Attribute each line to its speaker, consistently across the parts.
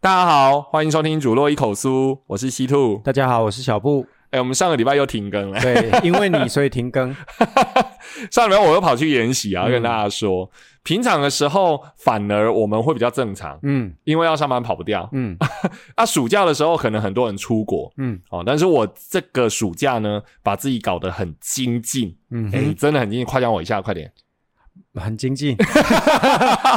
Speaker 1: 大家好，欢迎收听《主落一口酥》，我是西兔。
Speaker 2: 大家好，我是小 布。
Speaker 1: 哎、我们上个礼拜又停更了，
Speaker 2: 对，因为你所以停更。
Speaker 1: 上礼拜我又跑去研习啊，
Speaker 2: 嗯
Speaker 1: 跟大家说，平常的时候反而我们会比较正常，
Speaker 2: 嗯
Speaker 1: 因为要上班跑不掉。
Speaker 2: 嗯
Speaker 1: 那、暑假的时候，可能很多人出国
Speaker 2: 嗯
Speaker 1: 哦，但是我这个暑假呢，把自己搞得很精进，
Speaker 2: 嗯
Speaker 1: 哎、
Speaker 2: 哼，
Speaker 1: 真的很精进，夸奖我一下，快点，
Speaker 2: 很精进。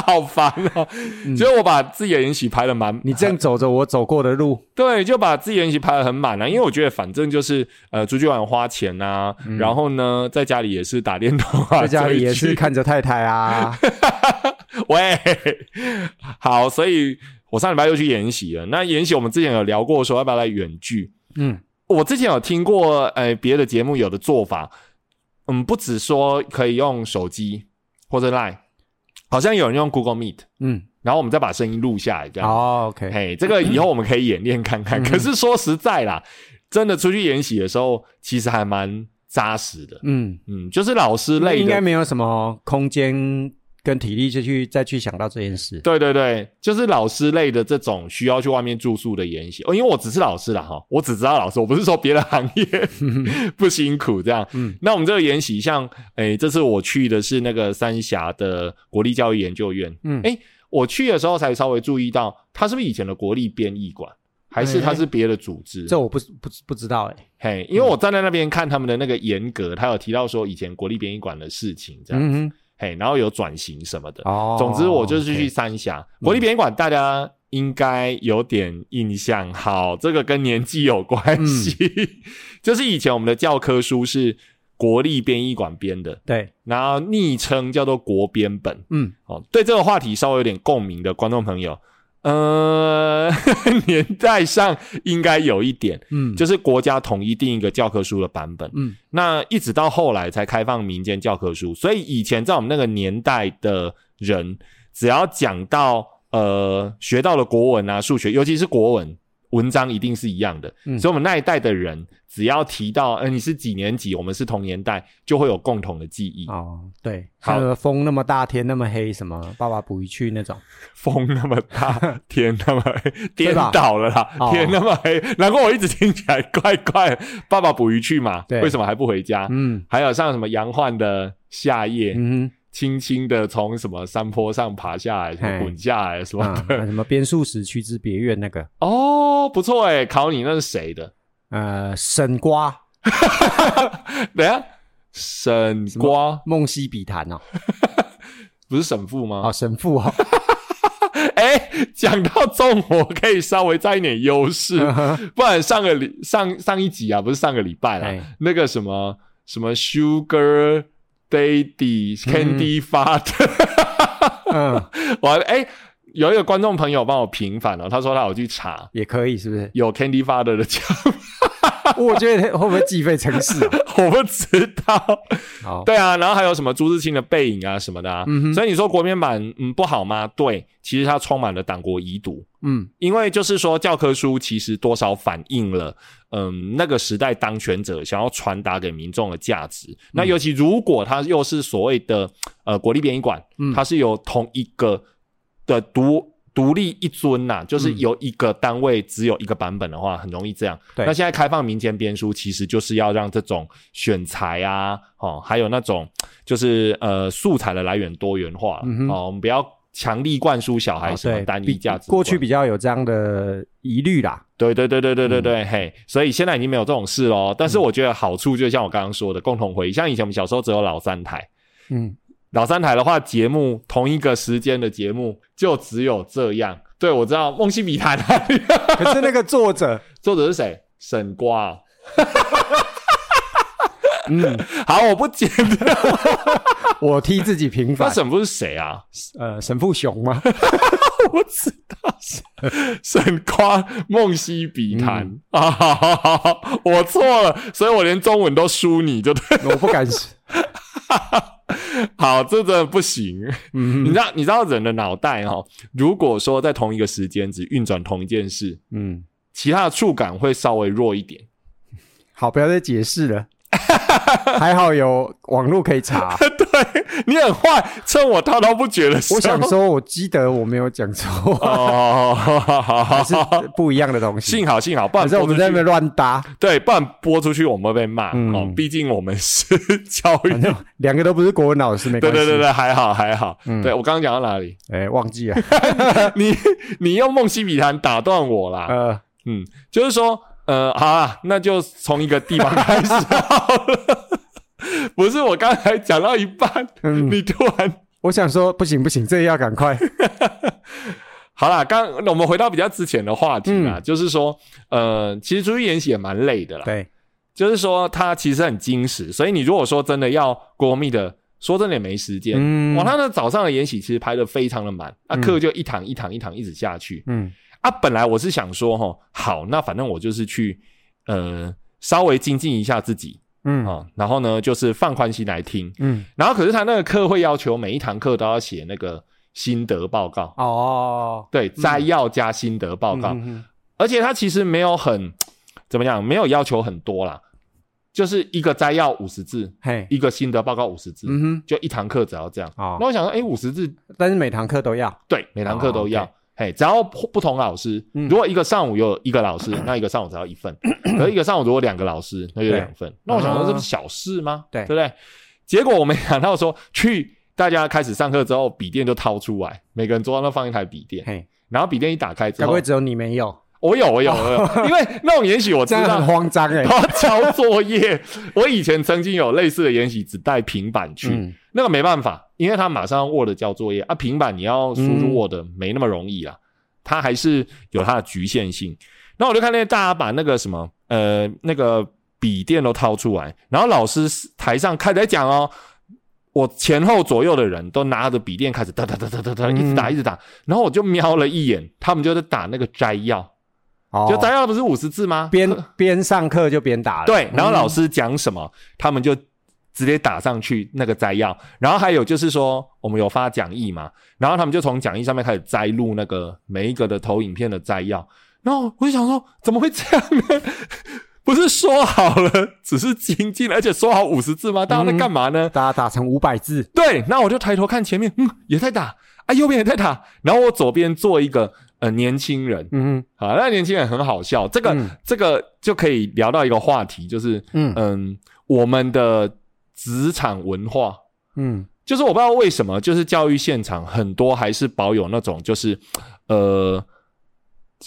Speaker 1: 好烦哦！
Speaker 2: 嗯
Speaker 1: 就是我把自己的研习排的蛮，
Speaker 2: 你这样走着我走过的路，
Speaker 1: 对，就把自己的研习排的很满啊，因为我觉得反正就是呃出去玩花钱呐、然后呢在家里也是打电动 啊，
Speaker 2: 嗯在家里也
Speaker 1: 追
Speaker 2: 是
Speaker 1: 剧
Speaker 2: 看着太太啊。
Speaker 1: 喂，好，所以我上礼拜又去研习了。那研习我们之前有聊过说要不要来远距，
Speaker 2: 嗯
Speaker 1: 我之前有听过呃别的节目有的做法，嗯，不只说可以用手机或者 Line，好像有人用 Google Meet，
Speaker 2: 嗯，
Speaker 1: 然后我们再把声音录下来这样。哎
Speaker 2: 好，OK。
Speaker 1: 嘿，这个以后我们可以演练看
Speaker 2: 嗯
Speaker 1: 看。可是说实在啦，真的出去研习的时候，其实还蛮扎实的。
Speaker 2: 嗯，
Speaker 1: 嗯，就是老师累
Speaker 2: 应该
Speaker 1: 的，
Speaker 2: 没有什么空间跟体力就去再去想到这件事。
Speaker 1: 对对对，就是老师类的这种需要去外面住宿的研习。哦，因为我只是老师啦哈，我只知道老师，我不是说别的行业 不辛苦这样。
Speaker 2: 嗯
Speaker 1: 那我们这个研习像，诶，这次我去的是那个三峡的国立教育研究院。
Speaker 2: 嗯
Speaker 1: 诶，我去的时候才稍微注意到，它是不是以前的国立编译馆，还是它是别的组织？
Speaker 2: 这我不不不知道哎。
Speaker 1: 嘿，因为我站在那边看他们的那个严格，他有提到说以前国立编译馆的事情这样子，
Speaker 2: 嗯哼，
Speaker 1: 嘿，然后有转型什么的。
Speaker 2: 哦
Speaker 1: 总之，我就是去三峡、国立编译馆，大家应该有点印象。好，这个跟年纪有关系，
Speaker 2: 嗯
Speaker 1: 就是以前我们的教科书是国立编译馆编的，
Speaker 2: 对，
Speaker 1: 然后昵称叫做国编本。
Speaker 2: 嗯，
Speaker 1: 哦，对这个话题稍微有点共鸣的观众朋友，呃， 年代上应该有一点。
Speaker 2: 嗯，
Speaker 1: 就是国家统一定一个教科书的版本，
Speaker 2: 嗯
Speaker 1: 那一直到后来才开放民间教科书，所以以前在我们那个年代的人，只要讲到呃学到了国文啊、数学，尤其是国文。文章一定是一样的，
Speaker 2: 嗯
Speaker 1: 所以我们那一代的人只要提到，呃，你是几年级，我们是同年代，就会有共同的记忆。
Speaker 2: 哦，对，
Speaker 1: 好
Speaker 2: 那个风那么大，天那么黑，什么爸爸捕鱼去那种。
Speaker 1: 风那么 大，天那么黑，颠
Speaker 2: 对吧
Speaker 1: 倒了啦，
Speaker 2: 哦
Speaker 1: 天那么黑，难怪我一直听起来怪怪的。爸爸捕鱼去嘛，
Speaker 2: 对
Speaker 1: 为什么还不回家？
Speaker 2: 嗯
Speaker 1: 还有像什么杨焕的《夏夜》
Speaker 2: 嗯
Speaker 1: 轻轻的从什么山坡上爬下来，什么
Speaker 2: 嘿
Speaker 1: 滚下来什么
Speaker 2: 哼，啊，
Speaker 1: 的。
Speaker 2: 什么边数十区之别院那个，
Speaker 1: 哦，不错哎，考你那是谁的？
Speaker 2: 呃，沈瓜。
Speaker 1: 等一下，沈瓜
Speaker 2: 梦溪笔谈哦，
Speaker 1: 不是沈父吗
Speaker 2: 哦，？神父哦，
Speaker 1: 哎，讲到中国可以稍微占一点优势，
Speaker 2: 嗯
Speaker 1: 不然上个礼上上一集啊，不是上个礼拜啦，
Speaker 2: 哎
Speaker 1: 那个什么什么 Sugar Daddy Candy Father，、
Speaker 2: 嗯，
Speaker 1: 我哎、有一个观众朋友帮我平反了，他说他有去查，？
Speaker 2: 也可以是不是
Speaker 1: 有 Candy Father 的家，
Speaker 2: 我觉得会不会计费城市啊？
Speaker 1: 我不知道。
Speaker 2: 好，
Speaker 1: 对啊，然后还有什么朱自清的背影啊什么的啊。
Speaker 2: 嗯哼
Speaker 1: 所以你说国民版嗯不好吗？对，其实它充满了党国遗毒，
Speaker 2: 嗯
Speaker 1: 因为就是说教科书其实多少反映了嗯那个时代当权者想要传达给民众的价值。那尤其如果它又是所谓的呃国立编译馆，
Speaker 2: 嗯
Speaker 1: 它是由同一个的独。独立一尊呐、就是
Speaker 2: 嗯
Speaker 1: 由一个单位只有一个版本的话，很容易这样。
Speaker 2: 对
Speaker 1: 那现在开放民间编书，其实就是要让这种选材啊，哦，还有那种就是呃素材的来源多元化了、
Speaker 2: 嗯哼
Speaker 1: 哦，我们不要强力灌输小孩
Speaker 2: 好
Speaker 1: 什么
Speaker 2: 对，
Speaker 1: 单
Speaker 2: 比
Speaker 1: 一价值观。
Speaker 2: 过去比较有这样的疑虑啦。
Speaker 1: 对对对对对对对，嘿，所以现在已经没有这种事喽。但是我觉得好处就像我刚刚说的，共同回忆，像以前我们小时候只有老三台，
Speaker 2: 嗯，
Speaker 1: 老三台的话，节目同一个时间的节目就只有这样。对，我知道《梦溪笔谈》
Speaker 2: 可是那个作者，
Speaker 1: 作者是谁？沈瓜哦。
Speaker 2: 嗯，
Speaker 1: 好，我不剪掉。
Speaker 2: 我替自己平
Speaker 1: 那
Speaker 2: 反。
Speaker 1: 沈不是谁啊？
Speaker 2: 呃，神父熊吗？
Speaker 1: 我知道是沈夸梦溪笔谈啊，好好好好 我错了，所以我连中文都输你就对。
Speaker 2: 我不敢。
Speaker 1: 好，这真的不行。你
Speaker 2: 嗯
Speaker 1: 知道，你知道人的脑袋哦，如果说在同一个时间只运转同一件事，
Speaker 2: 嗯，
Speaker 1: 其他的触感会稍微弱一点。
Speaker 2: 好，不要再解释了。 还好有网络可 以查。
Speaker 1: 对你很坏，趁我滔滔不绝的时候，
Speaker 2: 我想说，我记得我没有讲错，
Speaker 1: 哦，好好好好
Speaker 2: 还是不一样的东西。
Speaker 1: 幸好幸好，不然
Speaker 2: 反正我们
Speaker 1: 播
Speaker 2: 在
Speaker 1: 出
Speaker 2: 那
Speaker 1: 去
Speaker 2: 边乱搭，
Speaker 1: 对，不然播出去我们会被骂、
Speaker 2: 嗯
Speaker 1: 哦，毕竟我们是 教育
Speaker 2: 反。正两个都不是国文老师，没
Speaker 1: 对
Speaker 2: 关系。
Speaker 1: 对对对，还好还好。
Speaker 2: 嗯
Speaker 1: 对我刚刚讲到哪里？
Speaker 2: 对，哎，忘 记了。
Speaker 1: 你你用梦溪笔谈打断我啦。
Speaker 2: 呃，
Speaker 1: 嗯，就是说，呃，好啊，那就从一个地方开始好了。 不是我刚才讲到一半，
Speaker 2: 嗯
Speaker 1: 你突然
Speaker 2: 我想说，不行不行，这个要赶快。
Speaker 1: 好啦，刚我们回到比较之前的话题啦，就是说，呃，其实出去演习也蛮累的啦，
Speaker 2: 嗯对，
Speaker 1: 就是说它其实很精实，所以你如果说真的要国密的，说真的也没时间。
Speaker 2: 嗯
Speaker 1: 哇，他的早上的演习其实排的非常的满，啊，
Speaker 2: 嗯
Speaker 1: 课就一堂一堂一堂一直下去。
Speaker 2: 嗯
Speaker 1: 啊，本来我是想说，哈，好，那反正我就是去，呃，稍微精进一下自己啊、
Speaker 2: 嗯
Speaker 1: 哦然后呢，就是放宽心来听。
Speaker 2: 嗯，
Speaker 1: 然后可是他那个课会要求每一堂课都要写那个心得报告，
Speaker 2: 哦，
Speaker 1: 对，摘要加心得报告，
Speaker 2: 嗯
Speaker 1: 而且他其实没有很怎么样，没有要求很多啦，就是一个摘要五十字，
Speaker 2: 嘿，
Speaker 1: 一个心得报告五十字，
Speaker 2: 嗯
Speaker 1: 就一堂课只要这样。
Speaker 2: 哦
Speaker 1: 那我想说，哎，五十字
Speaker 2: 哼，但是每堂课都要。
Speaker 1: 对，每堂课都要。
Speaker 2: 哦
Speaker 1: 嘿，只要不不同老师，
Speaker 2: 嗯
Speaker 1: 如果一个上午有一个 老师，那一个上午只要一份；可是一个上午如果两个老师，那就
Speaker 2: 对
Speaker 1: 两份。那我想说，
Speaker 2: 啊
Speaker 1: 这不是小事吗？
Speaker 2: 对
Speaker 1: 对不对？结果我没想到说，去大家开始上课之后，笔电就掏出来，每个人桌上都放一台笔电，
Speaker 2: 嘿，
Speaker 1: 然后笔电一打开之
Speaker 2: 该不
Speaker 1: 后
Speaker 2: 会，只有你没有？
Speaker 1: 我有我有我有，因为那种也许 我知
Speaker 2: 这样很
Speaker 1: 道。
Speaker 2: 慌张哎
Speaker 1: 然。后交作业， 我以前曾经有类似的研习，只带平板去，
Speaker 2: 嗯
Speaker 1: 那个没办法，因为他马上用 Word 交作业啊，平板你要输入
Speaker 2: 嗯
Speaker 1: Word、没那么容易啦，它还是有它的局限性。那我就看那些大家把那个什么呃那个笔电都掏出来，然后老师台上开始在讲哦，我前后左右的人都拿着笔电开始哒哒哒哒哒哒一直打
Speaker 2: 嗯
Speaker 1: 一直打，然后我就瞄了一眼，他们就在打那个摘要，
Speaker 2: 哦，
Speaker 1: 就摘要不是五十字吗？
Speaker 2: 边边上课就边打了。
Speaker 1: 对，然后老
Speaker 2: 师
Speaker 1: 师讲什么，他们就直接打上去那个摘要。然后还有就是说，我们有发讲义嘛，然后他们就从讲义上面开始摘录那个每一个的投影片的摘要。然后我就想说，怎么会这样呢？ 不是说好了只是精进，而且说好五十字吗？大家在干嘛呢？
Speaker 2: 打打成五百字，
Speaker 1: 对，那我就抬头看前面，嗯，也在打啊，右边也在打，然后我左边坐一个呃年轻人，
Speaker 2: 嗯
Speaker 1: 好，那年轻人很好笑，这个、
Speaker 2: 嗯
Speaker 1: 这个就可以聊到一个话题，就是嗯
Speaker 2: 嗯
Speaker 1: 我们的职场文化，
Speaker 2: 嗯
Speaker 1: 就是我不知道为什么，就是教育现场很多还是保有那种就是呃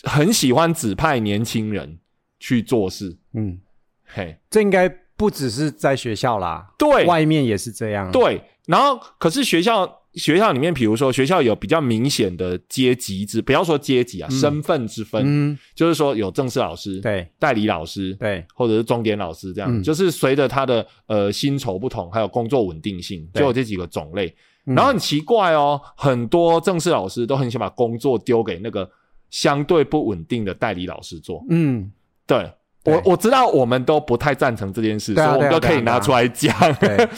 Speaker 1: 很喜欢指派年轻人去做事，
Speaker 2: 嗯，
Speaker 1: 嘿，
Speaker 2: 这应该不只是在学校啦，
Speaker 1: 对
Speaker 2: 外面也是这样。，
Speaker 1: 对，然后可是学校学校里面，比如说学校有比较明显的阶级之，不要说阶级啊，身份之分，
Speaker 2: 嗯，
Speaker 1: 就是说有正式老师，
Speaker 2: 对
Speaker 1: 代理老师，
Speaker 2: 对，
Speaker 1: 或者是钟点老师这样，
Speaker 2: 嗯
Speaker 1: 就是随着他的呃薪酬不同，还有工作稳定性，
Speaker 2: 对
Speaker 1: 就有这几个种类。
Speaker 2: 嗯
Speaker 1: 然后很奇怪哦，很多正式老师都很想把工作丢给那个相对不稳定的代理老师做。
Speaker 2: 嗯，
Speaker 1: 对
Speaker 2: 对
Speaker 1: 我我知道我们都不太赞成这件事，
Speaker 2: 对啊
Speaker 1: 所以我们
Speaker 2: 对
Speaker 1: 都
Speaker 2: 啊
Speaker 1: 可以
Speaker 2: 对啊
Speaker 1: 拿出来讲。
Speaker 2: 对。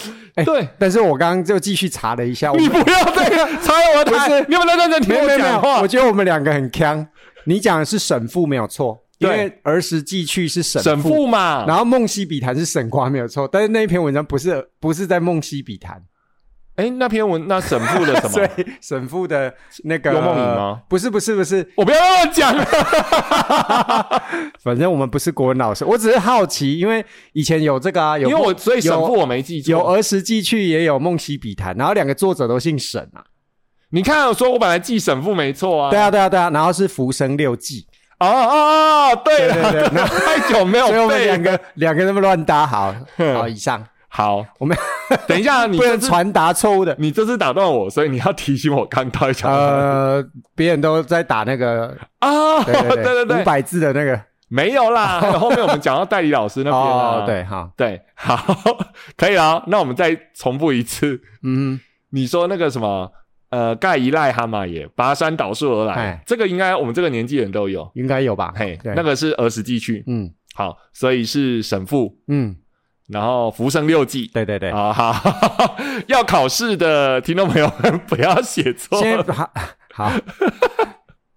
Speaker 2: 哎
Speaker 1: 对，
Speaker 2: 但是我刚刚就继续查了一下，我
Speaker 1: 你
Speaker 2: 们
Speaker 1: 不要 这样拆我的
Speaker 2: 不
Speaker 1: 台
Speaker 2: 是，
Speaker 1: 你有没有认真听
Speaker 2: 没有
Speaker 1: 我
Speaker 2: 没有没有
Speaker 1: 讲，话
Speaker 2: 我？觉得我们两个很坑。你讲的是省父没有错，因
Speaker 1: 对
Speaker 2: 为儿时寄去是省
Speaker 1: 神父嘛，
Speaker 2: 然后梦溪笔谈是省瓜没有错，但是那一篇文章不是不是在梦溪笔谈，
Speaker 1: 哎，那篇文那神父的什
Speaker 2: 所
Speaker 1: 么？
Speaker 2: 以神父的那个
Speaker 1: 有梦影吗？
Speaker 2: 不是不是不是，
Speaker 1: 我不要乱讲了。
Speaker 2: 反正我们不是国文老师，我只是好奇，因为以前有这个啊，有
Speaker 1: 因为我所以神父
Speaker 2: 有
Speaker 1: 我没记
Speaker 2: 有
Speaker 1: 错。
Speaker 2: 儿时寄去，也有梦溪笔谈，然后两个作者都姓沈啊，
Speaker 1: 你看，我说我本来记神父没错啊。
Speaker 2: 对啊对啊对啊，然后是浮生六记，
Speaker 1: 哦哦哦，对了，
Speaker 2: 对对对
Speaker 1: 太久没有
Speaker 2: 所以我们
Speaker 1: 背
Speaker 2: 两个两个那么乱搭， 好好以上，
Speaker 1: 好，
Speaker 2: 我们
Speaker 1: 等一 下，你
Speaker 2: 不
Speaker 1: 这
Speaker 2: 能
Speaker 1: 次
Speaker 2: 传达 错误的，
Speaker 1: 你这次打断我，所以你要提醒我刚到底讲什么
Speaker 2: 呃，别人都在打那 个，
Speaker 1: 啊？
Speaker 2: 对对
Speaker 1: 对
Speaker 2: 五百字的那个，
Speaker 1: 没有啦。 还有后面我们讲到代理老师那边
Speaker 2: 哦
Speaker 1: 啊，
Speaker 2: 对哈，
Speaker 1: 对，好， 可以了。那我们再重复一次，
Speaker 2: 嗯，
Speaker 1: 你说那个什么。呃，盖伊赖哈马也跋山倒树而来
Speaker 2: 哎，
Speaker 1: 这个应该我们这个年纪人都有。
Speaker 2: 应该有吧，
Speaker 1: 嘿，
Speaker 2: 对
Speaker 1: 那个是儿时记趣，
Speaker 2: 嗯
Speaker 1: 好，所以是神父，
Speaker 2: 嗯，
Speaker 1: 然后《浮生六记》
Speaker 2: 对对对，
Speaker 1: 啊，好， 要考试的听众朋友们不要写错。
Speaker 2: 先好好，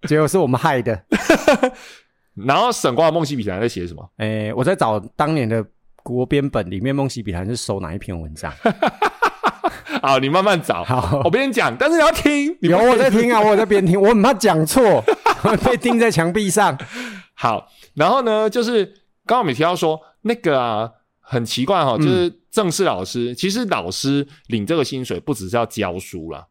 Speaker 2: 结果是我们害的，
Speaker 1: 然后沈光的《梦溪笔谈》在写什么？
Speaker 2: 哎，我在找当年的国编本里面，《梦溪笔谈》是收哪一篇 文章？
Speaker 1: 好，啊你慢慢找。
Speaker 2: 好
Speaker 1: 我边讲，但是你要听。哦你不
Speaker 2: 有我在听啊，我有在边听，我很怕讲 错，被钉在墙壁上。
Speaker 1: 好，然后呢，就是刚刚我们提到说那个啊，很奇怪哈、
Speaker 2: 嗯
Speaker 1: 哦，就是正式老师，其实老师领这个薪水不只是要教书啦，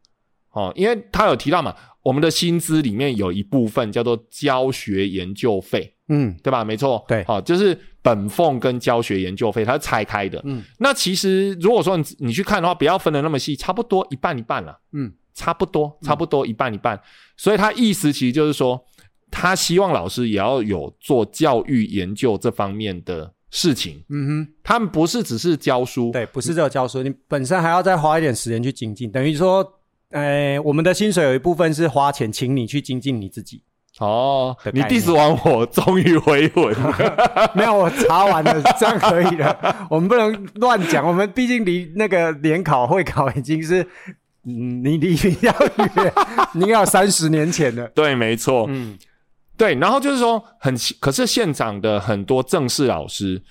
Speaker 1: 哦，因为他有提到嘛，我们的薪资里面有一部分叫做教学研究费，
Speaker 2: 嗯，
Speaker 1: 对吧？没错，
Speaker 2: 对
Speaker 1: 好、就是本俸跟教学研究费，它是拆开的。
Speaker 2: 嗯，
Speaker 1: 那其实如果说你你去看的话，不要分的那么细，差不多一半一半了。
Speaker 2: 嗯，
Speaker 1: 差不多，差不多一半一半。所以他意思其实就是说，他希望老师也要有做教育研究这方面的事情，
Speaker 2: 嗯
Speaker 1: 他们不是只是教书
Speaker 2: 哼，。对，不是只有教书，你本身还要再花一点时间去精进，等于说，哎，我们的薪水有一部分是花钱请你去精进你自己。
Speaker 1: 哦
Speaker 2: 的，
Speaker 1: 你
Speaker 2: 概念
Speaker 1: diss 完我，终于回魂了。
Speaker 2: 没有，我查完了，这样可以了。 我们不能乱讲，我们毕竟离那个联考、会考已经是，嗯，你离比较远，你应该有三十年 前的。
Speaker 1: 对，没错，
Speaker 2: 嗯，
Speaker 1: 对。然后就是说很奇，可是现场的很多正式老师，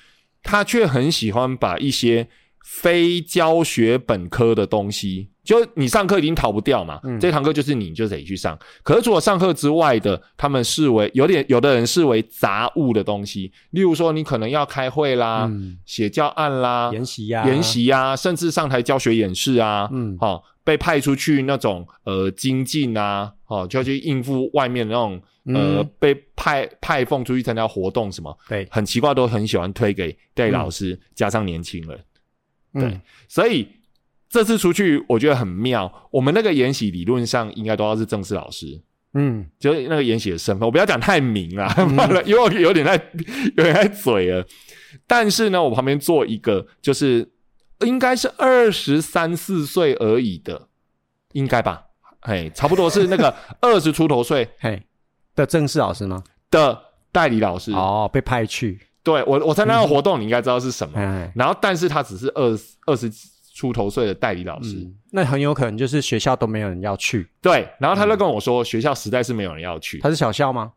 Speaker 1: 他却很喜欢把一些非教学本科的东西，就你上课已经逃不掉嘛，
Speaker 2: 嗯
Speaker 1: 这堂课就是你就得去上。可是除了上课之外的，他们视为有点有的人视为杂物的东西，例如说你可能要开会啦、
Speaker 2: 嗯
Speaker 1: 写教案啦、
Speaker 2: 研习呀、
Speaker 1: 啊研，习啊，甚至上台教学演示啊，
Speaker 2: 嗯
Speaker 1: 好、被派出去那种呃精进啊，哦，就要去应付外面那种呃、
Speaker 2: 嗯
Speaker 1: 被派派奉出去参加活动什么，
Speaker 2: 对
Speaker 1: 很奇怪，都很喜欢推给戴老师，
Speaker 2: 嗯
Speaker 1: 加上年轻人，
Speaker 2: 对，
Speaker 1: 所以这次出去我觉得很妙。我们那个研习理论上应该都要是正式老师。
Speaker 2: 嗯，
Speaker 1: 就是那个研习的身份，我不要讲太明了， 因为我有点太有点太嘴了。但是呢，我旁边坐一个就是应该是二十三四岁而已的，应该吧？哎，差不多是那 个二十出头岁
Speaker 2: 嘿，的正式老师吗？
Speaker 1: 的代理老师。
Speaker 2: 哦，被派去，
Speaker 1: 对我，我参加的活动你应该知道是什么。
Speaker 2: 哎，
Speaker 1: 然后，但是他只是二十二十出头岁的代理老师。
Speaker 2: 嗯，那很有可能就是学校都没有人要去。
Speaker 1: 对，然后他就跟我说，学校实在是没有人要去。
Speaker 2: 嗯他是小校吗？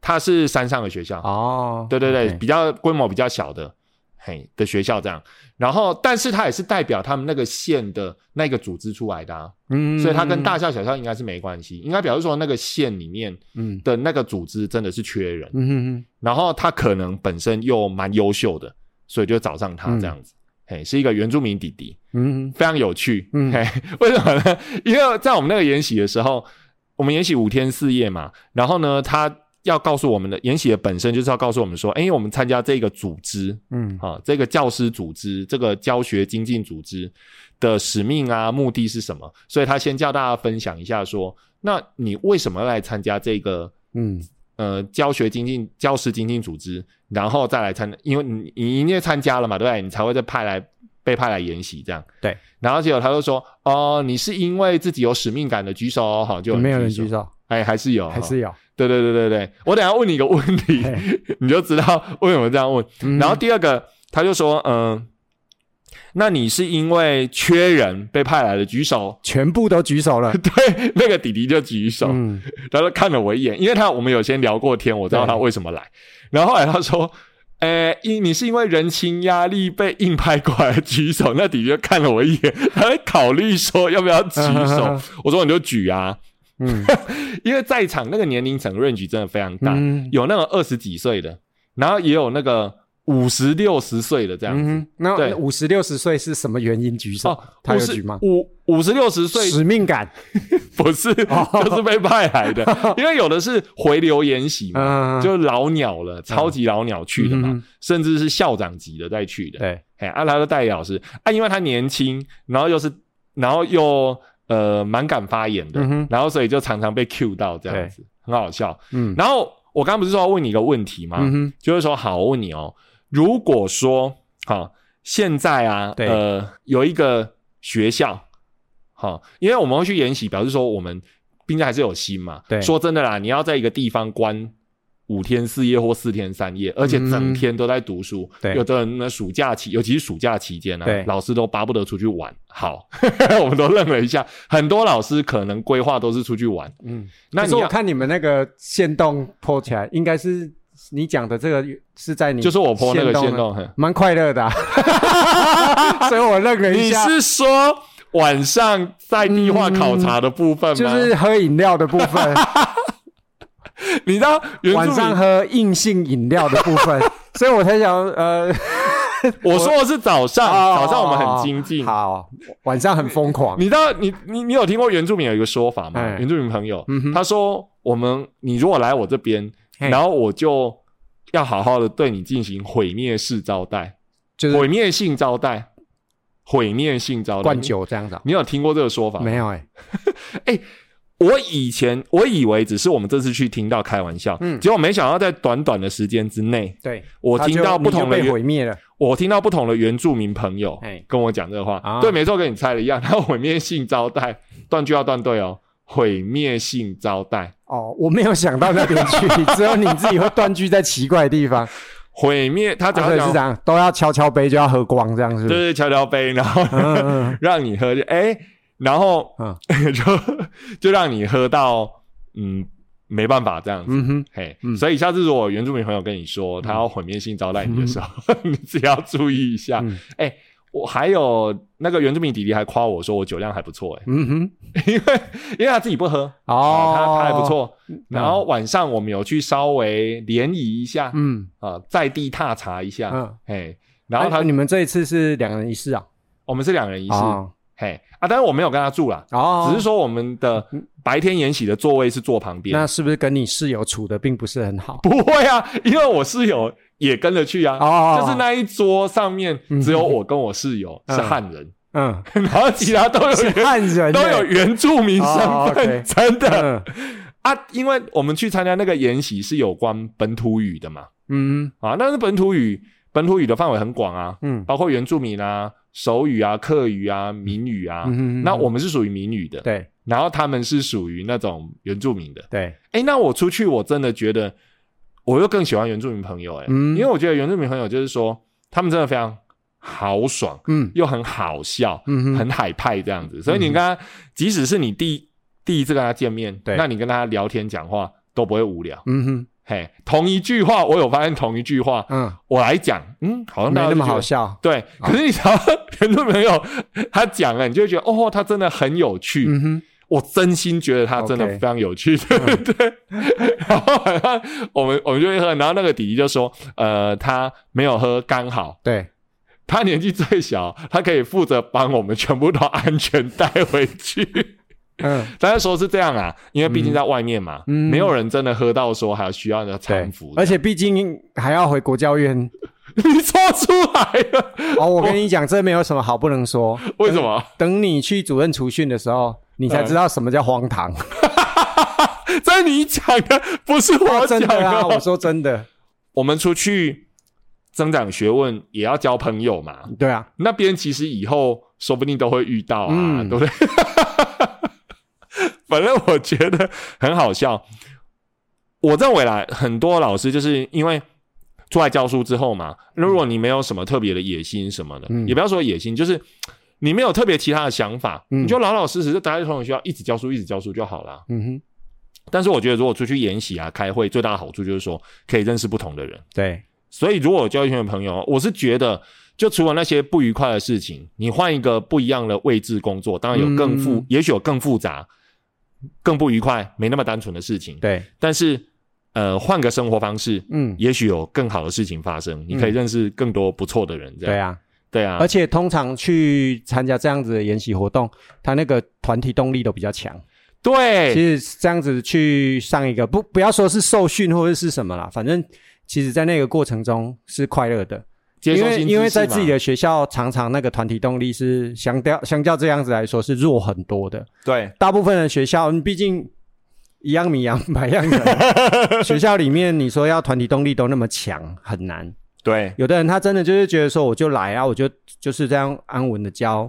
Speaker 1: 他是山上的学校，
Speaker 2: 哦，
Speaker 1: 对对对
Speaker 2: OK
Speaker 1: 比较规模比较小的，嘿的学校这样。然后，但是他也是代表他们那个县的那个组织出来的、啊，
Speaker 2: 嗯
Speaker 1: 所以他跟大校小校应该是没关系，应该表示说那个县里面
Speaker 2: 嗯
Speaker 1: 的那个组织真的是缺人，
Speaker 2: 嗯哼哼，
Speaker 1: 然后他可能本身又蛮优秀的，所以就找上
Speaker 2: 嗯
Speaker 1: 他这样子。嘿，是一个原住民弟弟，
Speaker 2: 嗯哼
Speaker 1: 非常有趣。
Speaker 2: 嗯
Speaker 1: 嘿，为什么呢？因为在我们那个研习的时候，我们研习五天四夜嘛，然后呢，他要告诉我们的研习的本身就是要告诉我们说，哎，我们参加这个组织
Speaker 2: 嗯
Speaker 1: 啊，这个教师组织，这个教学精进组织的使命啊，目的是什么？所以他先叫大家分享一下说，那你为什么要来参加这个
Speaker 2: 嗯
Speaker 1: 呃教学精进、教师精进组织，然后再来参，因为你你因为参加了嘛，对不对？你才会再派来被派来研习这样。
Speaker 2: 对。
Speaker 1: 然后结果他就说：“哦，你是因为自己有使命感的举手哦，好，就
Speaker 2: 嗯，没有人
Speaker 1: 举
Speaker 2: 举，手，
Speaker 1: 哎，还是有，
Speaker 2: 还是
Speaker 1: 有。
Speaker 2: 有。
Speaker 1: 对对对对对，我等一下问你一个问题，你就知道为什么这样问。
Speaker 2: 嗯？
Speaker 1: 然后第二个，他就说：嗯、那你是因为缺人被派来的举手
Speaker 2: 全部都举手了，
Speaker 1: 对，那个弟弟就举手。
Speaker 2: 嗯，
Speaker 1: 他说看了我一眼，因为他我们有先聊过天，我知道他为什么来。然后后来他说：“呃，因你是因为人情压力被硬派过来举手。” 那的确看了我一眼，他在考虑说要不要举手。我说：“你就举啊。”
Speaker 2: 嗯，
Speaker 1: 因为在场那个年龄层 range 真的非常大，
Speaker 2: 嗯
Speaker 1: 有那种二十几岁的，然后也有那个五十六十岁的这样子。
Speaker 2: 嗯哼，那
Speaker 1: 对
Speaker 2: 五十六十岁是什么原因举手？
Speaker 1: 哦，
Speaker 2: 他
Speaker 1: 五
Speaker 2: 有
Speaker 1: 十
Speaker 2: 举吗？
Speaker 1: 五五十六十岁
Speaker 2: 使命感，
Speaker 1: 不 是，
Speaker 2: 哦
Speaker 1: 就是被派来的，因为有的是回流研习嘛，
Speaker 2: 嗯，
Speaker 1: 就老鸟了，超级老鸟去的嘛，
Speaker 2: 嗯
Speaker 1: 甚至是校长级的再去的。
Speaker 2: 对，
Speaker 1: 哎，啊，他的代理老师啊，因为他年轻，然后又是，然后又呃蛮敢发言的，
Speaker 2: 嗯哼
Speaker 1: 然后所以就常常被 Q 到这样子，很好笑。
Speaker 2: 嗯
Speaker 1: 然后我刚刚不是说要问你一个问题吗？
Speaker 2: 嗯哼，
Speaker 1: 就是说，好，我问你哦，如果说好、现在啊，
Speaker 2: 对
Speaker 1: 呃，有一个学校，好、因为我们会去研习，表示说我们毕竟还是有心嘛。
Speaker 2: 对
Speaker 1: 说真的啦，你要在一个地方关五天四夜或四天三夜，而且整天都在读书，
Speaker 2: 嗯对
Speaker 1: 有的人呢暑假期，尤其是暑假期间呢、
Speaker 2: 对
Speaker 1: 老师都巴不得出去玩。好， 我们都愣了一下，很多老师可能规划都是出去玩，
Speaker 2: 嗯，
Speaker 1: 那
Speaker 2: 可
Speaker 1: 你
Speaker 2: 是我
Speaker 1: 要
Speaker 2: 看你们那个线动破起来，应该是你讲的这个是在你
Speaker 1: 就是我泼那个
Speaker 2: 限
Speaker 1: 线
Speaker 2: 的
Speaker 1: 动。嘿
Speaker 2: 蛮快乐的啊、 所以我愣了一
Speaker 1: 你
Speaker 2: 下，
Speaker 1: 是说晚上在地化考察的部分吗？
Speaker 2: 嗯就是喝饮料的 部分，
Speaker 1: 你知道原
Speaker 2: 晚
Speaker 1: 住
Speaker 2: 上
Speaker 1: 民，
Speaker 2: 喝硬性饮料的部 分，所以我才想呃，
Speaker 1: 我说的是早上，
Speaker 2: 哦
Speaker 1: 早上我们很精进。
Speaker 2: 好，晚上很疯狂，
Speaker 1: 你知道你你你有听过原住民有一个说法吗？
Speaker 2: 哎
Speaker 1: 原住民朋友，
Speaker 2: 嗯哼
Speaker 1: 他说我们你如果来我这边，
Speaker 2: 嘿
Speaker 1: 然后我就要好好的对你进行毁灭式招待，
Speaker 2: 就是
Speaker 1: 毁灭性招待，毁灭性招待。
Speaker 2: 灌酒这样子啊、
Speaker 1: 你，你有听过这个说法吗？
Speaker 2: 没有哎、
Speaker 1: 我以前我以为只是我们这次去听到开玩笑，
Speaker 2: 嗯
Speaker 1: 结果没想到在短短的时间之内，
Speaker 2: 对
Speaker 1: 我
Speaker 2: 他
Speaker 1: 听
Speaker 2: 就
Speaker 1: 到不
Speaker 2: 你就
Speaker 1: 同的
Speaker 2: 被
Speaker 1: 原
Speaker 2: 毁灭了，
Speaker 1: 我听到不同的原住民朋友
Speaker 2: 嘿
Speaker 1: 跟我讲这个话，
Speaker 2: 啊
Speaker 1: 对，没错，跟你猜的一样。 他毁灭性招待，断句要断对哦，毁灭性招待，
Speaker 2: 哦，我没有想到那边 去，只有你自己会断句在奇怪的地方，
Speaker 1: 毁灭。他只
Speaker 2: 啊、
Speaker 1: 要
Speaker 2: 所以是
Speaker 1: 讲、
Speaker 2: 这样，都要敲敲杯就要喝光这样是不
Speaker 1: 对
Speaker 2: 是？
Speaker 1: 对敲敲杯，然后、
Speaker 2: 嗯嗯嗯
Speaker 1: 让你喝，就哎，然后、
Speaker 2: 嗯
Speaker 1: 就就让你喝到嗯没办法这样子。
Speaker 2: 嗯哼，
Speaker 1: 嘿
Speaker 2: 嗯
Speaker 1: 所以下次如果原住民朋友跟你说他要毁灭性招待你的时 候， 你只要注意一下。哎、
Speaker 2: 嗯
Speaker 1: 我还有那个原住民弟弟还夸我说我酒量还不错、哎，
Speaker 2: 嗯哼，
Speaker 1: 因为因为他自己不喝，
Speaker 2: 哦嗯
Speaker 1: 啊，他他还不，错。然后晚上我们有去稍微联谊一下，
Speaker 2: 嗯。
Speaker 1: 啊，在地踏查一下，
Speaker 2: 嗯，
Speaker 1: 嘿。啊然后他
Speaker 2: 啊你们这一次是两人一室啊？
Speaker 1: 我们是两人一室，
Speaker 2: 哦，
Speaker 1: 嘿啊，但是我没有跟他住啦，
Speaker 2: 哦嗯
Speaker 1: 只是说我们的白天演习的座位是坐旁边
Speaker 2: 那。是不是跟你室友处的并不是很好？
Speaker 1: 不会啊，因为我室友也跟着去啊，
Speaker 2: 哦
Speaker 1: 就是，那一桌上面只有我跟我室友
Speaker 2: 嗯
Speaker 1: 是汉人，
Speaker 2: 嗯，
Speaker 1: 然后其他都有
Speaker 2: 是
Speaker 1: 原
Speaker 2: 汉人
Speaker 1: 都有
Speaker 2: 欸
Speaker 1: 原住民
Speaker 2: 哦
Speaker 1: 身
Speaker 2: ，OK
Speaker 1: 份，真的
Speaker 2: 嗯
Speaker 1: 啊，因为我们去参加那个研习是有关本土语的嘛，
Speaker 2: 嗯
Speaker 1: 啊，那是本土语，本土语的范围很广啊，
Speaker 2: 嗯
Speaker 1: 包括原住民啊、手语啊、客语啊、闽语啊。
Speaker 2: 嗯
Speaker 1: 那我们是属于闽语的，，
Speaker 2: 对
Speaker 1: 然后他们是属于那种原住民的。
Speaker 2: 对，
Speaker 1: 哎，那我出去，我真的觉得，我又更喜欢原住民朋友，哎、
Speaker 2: 嗯
Speaker 1: 因为我觉得原住民朋友就是说，他们真的非常豪爽，
Speaker 2: 嗯
Speaker 1: 又很好笑，
Speaker 2: 嗯哼
Speaker 1: 很海派这样子。所以你跟他，即使是你第第一次跟他见面，
Speaker 2: 对
Speaker 1: 那你跟他聊天讲话都不会无聊。
Speaker 2: 嗯哼
Speaker 1: 嘿，同一句话，我有发现同一句话，
Speaker 2: 嗯，
Speaker 1: 我来讲，嗯，好像
Speaker 2: 没
Speaker 1: 大家
Speaker 2: 那
Speaker 1: 都
Speaker 2: 么
Speaker 1: 觉得
Speaker 2: 好。笑，哦
Speaker 1: 对，可是你只要原住民朋友他讲了，你就会觉得哦，他真的很有趣。
Speaker 2: 嗯哼，
Speaker 1: 我真心觉得他真的
Speaker 2: OK 嗯
Speaker 1: 非常有趣，对不对？ 然后好像我们我们就会喝，然后那个弟弟就说，呃，他没有喝刚好，
Speaker 2: 对，
Speaker 1: 他年纪最小，他可以负责帮我们全部都安全带回去。
Speaker 2: 嗯，
Speaker 1: 但是说是这样啊，因为毕竟在外面嘛，
Speaker 2: 嗯
Speaker 1: 没有人真的喝到说还需要人家
Speaker 2: 对
Speaker 1: 搀扶，，
Speaker 2: 而且毕竟还要回国教院
Speaker 1: 你说出来了，
Speaker 2: 哦。我跟你讲，这没有什么好不能说，
Speaker 1: 为什么？
Speaker 2: 等你去主任除训的时候，你才知道什么叫荒 唐。
Speaker 1: 这是你讲的，不是我讲
Speaker 2: 真的啊，我
Speaker 1: 我
Speaker 2: 说真的，
Speaker 1: 我们出去增长学问，也要交朋友嘛。
Speaker 2: 对啊，
Speaker 1: 那边其实以后说不定都会遇到啊，
Speaker 2: 嗯
Speaker 1: 对不 对？反正我觉得很好笑。我认为啦，很多老师就是因为出来教书之后嘛，如果你没有什么特别的野心什么的，
Speaker 2: 嗯
Speaker 1: 也不要说野心，就是你没有特别其他的想法，
Speaker 2: 嗯
Speaker 1: 你就老老实实就待在同学学校一直教书，一直教书就好啦。
Speaker 2: 嗯哼，
Speaker 1: 但是我觉得，如果出去研习啊、开会，最大的好处就是说可以认识不同的人。
Speaker 2: 对，啊
Speaker 1: 所以，如果有交际圈的朋友，我是觉得，就除了那些不愉快的事情，你换一个不一样的位置工作，当然有更复，
Speaker 2: 嗯
Speaker 1: 也许有更复杂、更不愉快、没那么单纯的事情。
Speaker 2: 对，
Speaker 1: 但是，呃，换个生活方式，
Speaker 2: 嗯，
Speaker 1: 也许有更好的事情发生，你可以认识更多不错的人。这
Speaker 2: 对
Speaker 1: 样，
Speaker 2: 啊。
Speaker 1: 对啊，
Speaker 2: 而且通常去参加这样子的研习活动，他那个团体动力都比较强。其
Speaker 1: 对，
Speaker 2: 实这样子去上一个，不不要说是受训或者是什么啦，反正其实在那个过程中是快乐的，
Speaker 1: 接
Speaker 2: 因
Speaker 1: 受
Speaker 2: 为
Speaker 1: 新
Speaker 2: 因为
Speaker 1: 知识
Speaker 2: 在自己
Speaker 1: 嘛
Speaker 2: 的学校，常常那个团体动力是相较相较这样子来说是弱很多的。
Speaker 1: 对
Speaker 2: 大部分的学校，嗯毕竟一样米养百样人， 学校里面你说要团体动力都那么强，很难。
Speaker 1: 对
Speaker 2: 有的人他真的就是觉得说，我就来啊，我就就是这样安稳的教，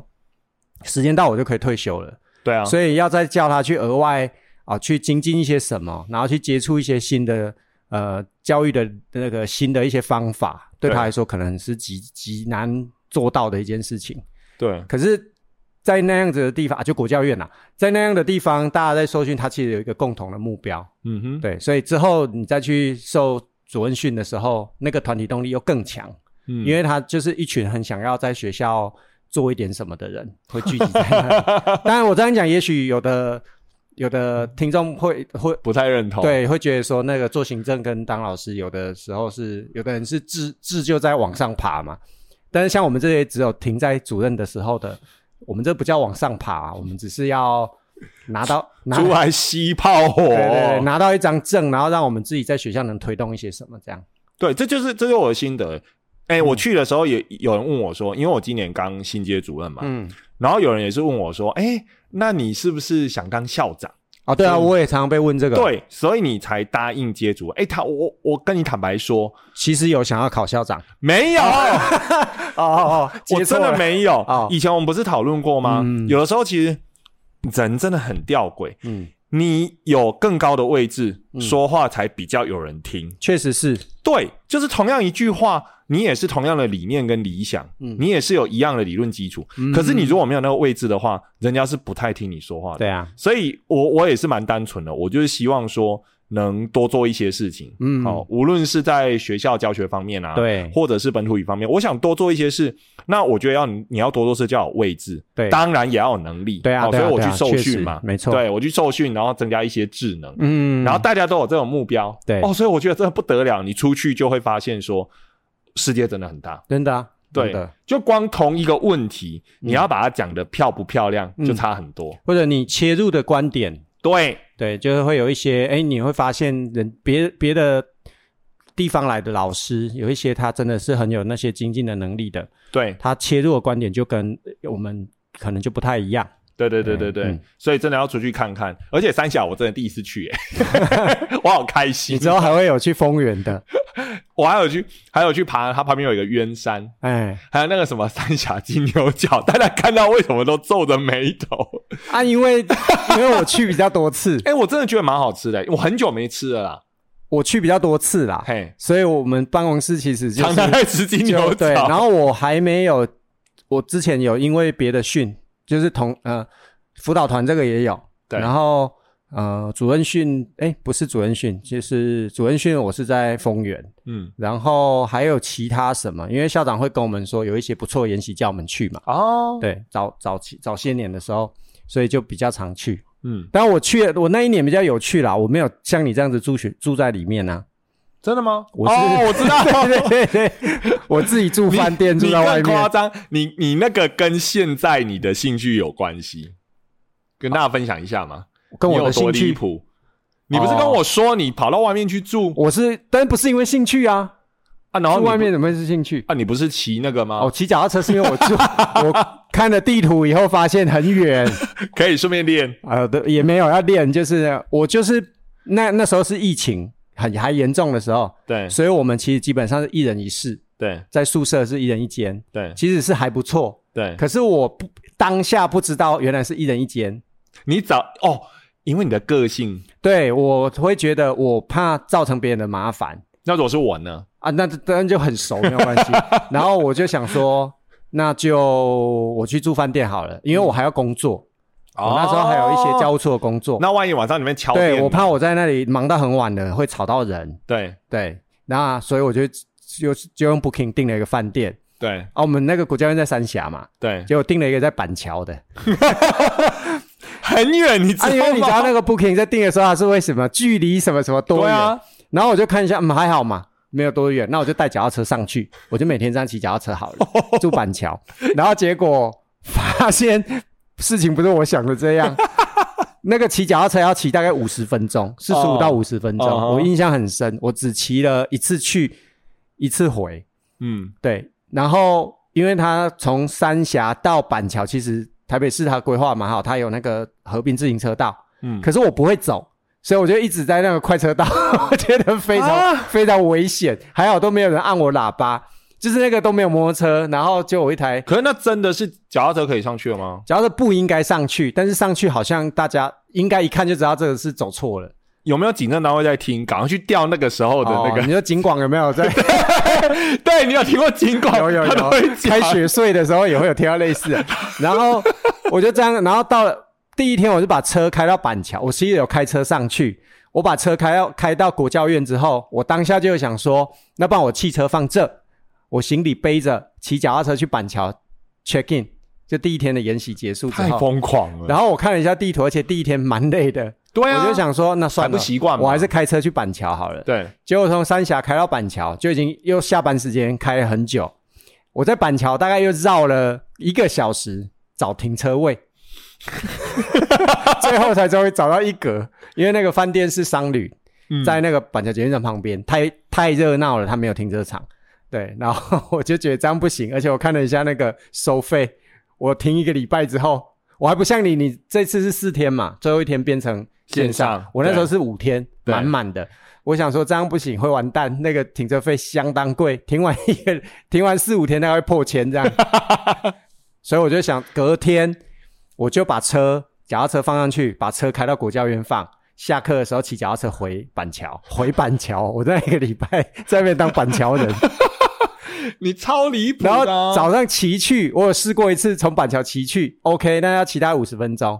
Speaker 2: 时间到我就可以退休了。
Speaker 1: 对啊，
Speaker 2: 所以要再叫他去额外啊去精进一些什么，然后去接触一些新的呃教育的那个新的一些方法，对
Speaker 1: 对
Speaker 2: 他来说可能是极极难做到的一件事情。
Speaker 1: 对
Speaker 2: 可是，在那样子的地方，啊就国教院呐、在那样的地方，大家在受训，他其实有一个共同的目标，
Speaker 1: 嗯哼，
Speaker 2: 对，所以之后你再去受主任训的时候，那个团体动力又更强，
Speaker 1: 嗯
Speaker 2: 因为他就是一群很想要在学校做一点什么的人会聚集在 那里。当然，我这样讲，也许有的有的听众会会
Speaker 1: 不太认同。，
Speaker 2: 对，会觉得说那个做行政跟当老师，有的时候是有的人是志志就在往上爬嘛，但是像我们这些只有停在主任的时候的，我们这不叫往上爬啊、我们只是要拿到拿
Speaker 1: 出来吸炮火。
Speaker 2: 对对对，拿到一张证，然后让我们自己在学校能推动一些什么这样。
Speaker 1: 对，这就是这就是我的心得。哎、
Speaker 2: 嗯
Speaker 1: 我去的时候也有人问我说，因为我今年刚新接主任嘛，
Speaker 2: 嗯，
Speaker 1: 然后有人也是问我说，哎、那你是不是想当校长？
Speaker 2: 哦，对啊，
Speaker 1: 嗯
Speaker 2: 我也常常被问这个。，
Speaker 1: 对，所以你才答应接主任。哎、他我我跟你坦白说，
Speaker 2: 其实有想要考校长。
Speaker 1: 没有，
Speaker 2: 哦哦哦
Speaker 1: 我真的。没有。
Speaker 2: 哦
Speaker 1: 以前我们不是讨论过吗？
Speaker 2: 嗯
Speaker 1: 有的时候其实人真的很吊诡，
Speaker 2: 嗯，
Speaker 1: 你有更高的位置，说话才比较有人听。
Speaker 2: 确实是。
Speaker 1: 对，就是同样一句话，你也是同样的理念跟理想，
Speaker 2: 嗯
Speaker 1: 你也是有一样的理论基础。
Speaker 2: 嗯
Speaker 1: 可是你如果没有那个位置的话，人家是不太听你说话的。
Speaker 2: 对啊，
Speaker 1: 所以我我也是蛮单纯的，我就是希望说能多做一些事情，
Speaker 2: 嗯
Speaker 1: 好、无论是在学校教学方面啊，，
Speaker 2: 对
Speaker 1: 或者是本土语方面，我想多做一些事。那我觉得要你你要多做事就要有位置，
Speaker 2: 对
Speaker 1: 当然也要有能力，
Speaker 2: 对啊
Speaker 1: 好
Speaker 2: 对
Speaker 1: 所
Speaker 2: 啊
Speaker 1: 以我去
Speaker 2: 对啊
Speaker 1: 受
Speaker 2: 确实
Speaker 1: 训嘛，
Speaker 2: 没错
Speaker 1: 对我去受训，然后增加一些智能，
Speaker 2: 嗯，
Speaker 1: 然后大家都有这种目标，
Speaker 2: 对
Speaker 1: 哦，所以我觉得真的不得了，你出去就会发现说。世界真的很大，
Speaker 2: 真的啊，
Speaker 1: 对
Speaker 2: 真的。
Speaker 1: 就光同一个问题，你要把它讲的漂不漂亮，
Speaker 2: 嗯
Speaker 1: 就差很多。
Speaker 2: 或者你切入的观点，
Speaker 1: 对，
Speaker 2: 对，就是会有一些，哎，你会发现人别别的地方来的老师，有一些他真的是很有那些精进的能力的，
Speaker 1: 对，
Speaker 2: 他切入的观点就跟呃我们可能就不太一样。
Speaker 1: 对对对对对，
Speaker 2: 嗯
Speaker 1: 所以真的要出去看看。而且三峡我真的第一次去、欸， 我好开
Speaker 2: 你
Speaker 1: 心
Speaker 2: 之。后还会有去丰原的，
Speaker 1: 我还有去，还有去爬它旁边有一个冤山，
Speaker 2: 哎，
Speaker 1: 还有那个什么三峡金牛角，大家看到为什么都皱着眉 头？
Speaker 2: 啊，因为因为我去比较 多次，
Speaker 1: 哎、我真的觉得蛮好吃的欸、我很久没吃了啦。
Speaker 2: 我去比较多次啦，
Speaker 1: 嘿，
Speaker 2: 所以我们办公室其实就
Speaker 1: 常
Speaker 2: 是
Speaker 1: 常在吃金牛
Speaker 2: 就
Speaker 1: 角，
Speaker 2: 对，然后我还没有，我之前有因为别的训，就是同呃辅导团这个也有，
Speaker 1: 对
Speaker 2: 然后呃主任训，哎，不是主任训，就是主任训我是在丰原，
Speaker 1: 嗯，
Speaker 2: 然后还有其他什么，因为校长会跟我们说有一些不错的研习叫我们去嘛，
Speaker 1: 哦，
Speaker 2: 对，早早期早些年的时候，所以就比较常去。
Speaker 1: 嗯，
Speaker 2: 但我去了，我那一年比较有趣啦，我没有像你这样子住学住在里面啊。
Speaker 1: 真的吗？
Speaker 2: 我是
Speaker 1: 哦，我知 道。
Speaker 2: 对对对，我自己住
Speaker 1: 你
Speaker 2: 饭店，住
Speaker 1: 你
Speaker 2: 在外
Speaker 1: 更夸
Speaker 2: 面。
Speaker 1: 张，你你那个跟现在你的兴趣有关系，跟大家分享一下吗？
Speaker 2: 啊跟
Speaker 1: 你
Speaker 2: 我
Speaker 1: 有
Speaker 2: 的
Speaker 1: 多
Speaker 2: 兴
Speaker 1: 离
Speaker 2: 趣，哦
Speaker 1: 谱。你不是跟我说你跑到外面去住
Speaker 2: 我是，但不是因为兴趣啊，
Speaker 1: 啊？然后
Speaker 2: 住
Speaker 1: 你不
Speaker 2: 外面怎么会是兴趣？
Speaker 1: 啊？你不是骑那个吗？
Speaker 2: 哦，骑脚踏车是因为我住， 我看了地图以后发现很远，
Speaker 1: 可以顺便练。
Speaker 2: 呃，对，也没有要练，就是我就是那那时候是疫情很还严重的时候，
Speaker 1: 对
Speaker 2: 所以我们其实基本上是一人一室，
Speaker 1: 对
Speaker 2: 在宿舍是一人一间，
Speaker 1: 对
Speaker 2: 其实是还不错。
Speaker 1: 对，
Speaker 2: 可是我不当下不知道，原来是一人一间。
Speaker 1: 你早哦，因为你的个性。
Speaker 2: 对我会觉得我怕造成别人的麻烦
Speaker 1: 那如果是我呢？
Speaker 2: 啊， 那当然就很熟没有关 系。然后我就想说，那就我去住饭店好了，因为我还要工作，我那时候还有一些教
Speaker 1: 哦。
Speaker 2: 务处的工作。
Speaker 1: 那万一晚上你们敲
Speaker 2: 对
Speaker 1: 电
Speaker 2: 我
Speaker 1: 呢
Speaker 2: 怕我在那里忙到很晚了会吵到人，
Speaker 1: 对
Speaker 2: 对，那所以我就就就用 Booking 订了一个饭店
Speaker 1: 对
Speaker 2: 啊，我们那个国家院在三峡嘛，
Speaker 1: 对，
Speaker 2: 结果订了一个在板桥的。
Speaker 1: 很远，你知道
Speaker 2: 啊，
Speaker 1: 吗？
Speaker 2: 因为你知道那 个 Booking 在订的时候，它是为什么距离什么什么多
Speaker 1: 对
Speaker 2: 远？
Speaker 1: 啊，
Speaker 2: 然后我就看一下，嗯，还好嘛，没有多远。那我就带脚踏车上去，我就每天这样骑脚踏车好了，住板桥。然后结果发现事情不是我想的这样，那个骑脚踏车要骑大概五十分钟，四十
Speaker 1: 哦
Speaker 2: 五到五十分钟
Speaker 1: 哦哦
Speaker 2: 我印象很深。我只骑了一次去，一次回，
Speaker 1: 嗯
Speaker 2: 对。然后因为它从三峡到板桥，其实台北市它规划蛮好，它有那个合并自行车道。
Speaker 1: 嗯，
Speaker 2: 可是我不会走，所以我就一直在那个快 车道，我觉得非常、
Speaker 1: 啊
Speaker 2: 非常危险。还好都没有人按我喇叭，就是那个都没有摩托车，然后就有一台
Speaker 1: 可是那真的是脚踏车可以上去了吗？
Speaker 2: 脚踏车不应该上去，但是上去好像大家应该一看就知道这个是走错了。
Speaker 1: 有没有警政单位在听？赶快去调那个时候的那
Speaker 2: 哦
Speaker 1: 个。
Speaker 2: 你说警广有没有在？
Speaker 1: 对你有听过警广？
Speaker 2: 有有
Speaker 1: 哦他都
Speaker 2: 有
Speaker 1: 会，讲
Speaker 2: 开学税的时候也会有听到类似的。然后我就这样，然后到了第一天，我就把车开到板桥，我其实有开车上去，我把车开到开到国教院之后，我当下就想说，那帮我汽车放这，我行李背着骑脚踏车去板桥 check in，就第一天的研习结束之
Speaker 1: 太
Speaker 2: 后。
Speaker 1: 疯狂了。
Speaker 2: 然后我看了一下地图，而且第一天蛮累的，
Speaker 1: 对啊，
Speaker 2: 我就想说，那算
Speaker 1: 还
Speaker 2: 了，
Speaker 1: 不习惯嘛，
Speaker 2: 我还是开车去板桥好了。
Speaker 1: 对
Speaker 2: 结果从三峡开到板桥，就已经又下班时间开了很久。我在板桥大概又绕了一个小时找停车位， 最后才终于找到一格，因为那个饭店是商旅，
Speaker 1: 嗯
Speaker 2: 在那个板桥捷运站旁边，太太热闹了，它没有停车场。对，然后我就觉得这样不行，而且我看了一下那个收费，我停一个礼拜之后，我还不像你，你这次是四天嘛，最后一天变成线
Speaker 1: 线
Speaker 2: 上，
Speaker 1: 上
Speaker 2: 我那时候
Speaker 1: 对
Speaker 2: 是五天，
Speaker 1: 对
Speaker 2: 满满的。我想说这样不行，会完蛋，那个停车费相当贵，停完一个 停完四五天，大概会破千这样。所以我就想隔天我就把车脚踏车放上去，把车开到国教院放。下课的时候骑脚踏车回板桥，回板桥，我在一个礼拜在那边当板桥人，
Speaker 1: 你超离谱的
Speaker 2: 然
Speaker 1: 啊、
Speaker 2: 后早上骑去，我有试过一次从板桥骑去，OK，那要骑大概五十分钟，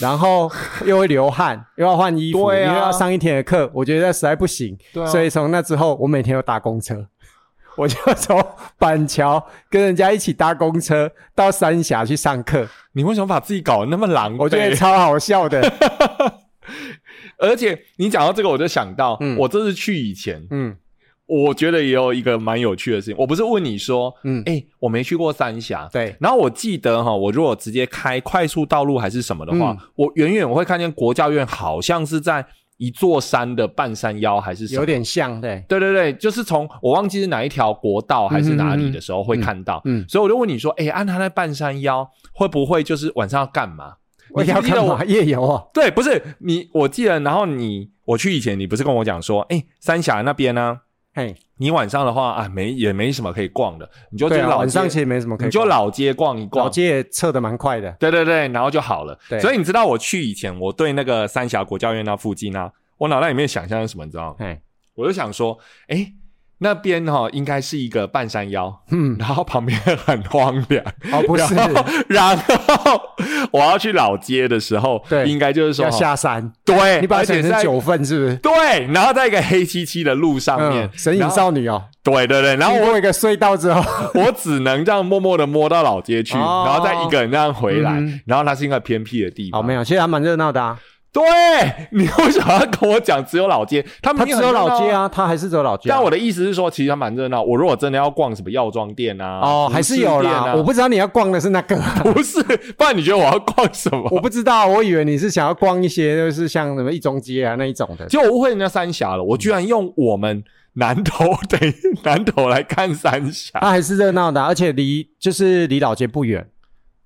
Speaker 2: 然后又会流汗， 又要换衣服，
Speaker 1: 对啊
Speaker 2: 又要上一天的课，我觉得实在不行，
Speaker 1: 对啊
Speaker 2: 所以从那之后，我每天都搭公车， 我就从板桥跟人家一起搭公车到三峡去上课，
Speaker 1: 你为什么把自己搞得那么狼狈？
Speaker 2: 我觉得超好笑的，
Speaker 1: 而且你讲到这个，我就想到，
Speaker 2: 嗯
Speaker 1: 我这次去以前，
Speaker 2: 嗯
Speaker 1: 我觉得也有一个蛮有趣的事情。我不是问你说，
Speaker 2: 嗯，
Speaker 1: 哎、我没去过三峡，
Speaker 2: 对，
Speaker 1: 然后我记得哈，我如果直接开快速道路还是什么的
Speaker 2: 嗯
Speaker 1: 话，我远远我会看见国教院好像是在一座山的半山腰还是什么
Speaker 2: 有。点像，对，
Speaker 1: 对对对，就是从我忘记是哪一条国道还是哪里的时候会看到，
Speaker 2: 嗯嗯嗯
Speaker 1: 所以我就问你说，哎、按他那半山腰会不会就是晚上要干嘛？
Speaker 2: 我
Speaker 1: 你记
Speaker 2: 要
Speaker 1: 不记
Speaker 2: 干
Speaker 1: 得我
Speaker 2: 嘛？夜游哦，
Speaker 1: 对，不是你，我记得，然后你我去以前，你不是跟我讲说，哎、三峡那边呢、啊
Speaker 2: 嘿，
Speaker 1: 你晚上的话啊，没也没什么可以逛的，你就去
Speaker 2: 对啊，
Speaker 1: 老
Speaker 2: 晚
Speaker 1: 街，
Speaker 2: 上其实没什么可以
Speaker 1: 你就
Speaker 2: 逛，
Speaker 1: 老街逛一
Speaker 2: 老
Speaker 1: 逛，
Speaker 2: 街也撤的蛮快的，
Speaker 1: 对对对，然后就好了
Speaker 2: 对。
Speaker 1: 所以你知道我去以前，我对那个三峡国教院那附近啊，我脑袋里面想象是什么，你知道吗？
Speaker 2: 嘿，
Speaker 1: 我就想说，哎，那边哈、应该是一个半山腰，
Speaker 2: 嗯，
Speaker 1: 然后旁边很荒凉，
Speaker 2: 哦，不是。
Speaker 1: 然后然后我要去老街的时候，
Speaker 2: 对
Speaker 1: 应该就是说
Speaker 2: 要下山，
Speaker 1: 对，
Speaker 2: 你把它
Speaker 1: 而且
Speaker 2: 选成
Speaker 1: 在
Speaker 2: 九份是不是？
Speaker 1: 对，然后在一个黑漆漆的路上面，
Speaker 2: 嗯，神隐
Speaker 1: 然后
Speaker 2: 少女哦，
Speaker 1: 对对对，然后
Speaker 2: 经
Speaker 1: 我
Speaker 2: 过一个隧 道之后，
Speaker 1: 我只能这样默默的摸到老街去，
Speaker 2: 嗯哦
Speaker 1: 然后再一个人这样回来，
Speaker 2: 嗯
Speaker 1: 然后它是一个偏僻的地
Speaker 2: 哦，
Speaker 1: 方。
Speaker 2: 没有，其实还蛮热闹的啊。
Speaker 1: 对，你为什么要跟我讲只有老街？他
Speaker 2: 它
Speaker 1: 们
Speaker 2: 只有老街。啊，它还是只有老街啊。
Speaker 1: 但我的意思是说，其实它蛮热闹。我如果真的要逛什么药妆店啊，
Speaker 2: 哦，
Speaker 1: 服
Speaker 2: 还
Speaker 1: 饰
Speaker 2: 是有
Speaker 1: 店
Speaker 2: 啦。
Speaker 1: 啊
Speaker 2: 我不知道你要逛的是那个，
Speaker 1: 不是，不然你觉得我要逛什么？
Speaker 2: 我不知道，我以为你是想要逛一些就是像什么一中街啊那一种的。
Speaker 1: 结果我误会人家三峡了，我居然用我们南头等于南头来看三峡。
Speaker 2: 它还是热闹的啊，而且离就是离老街不远，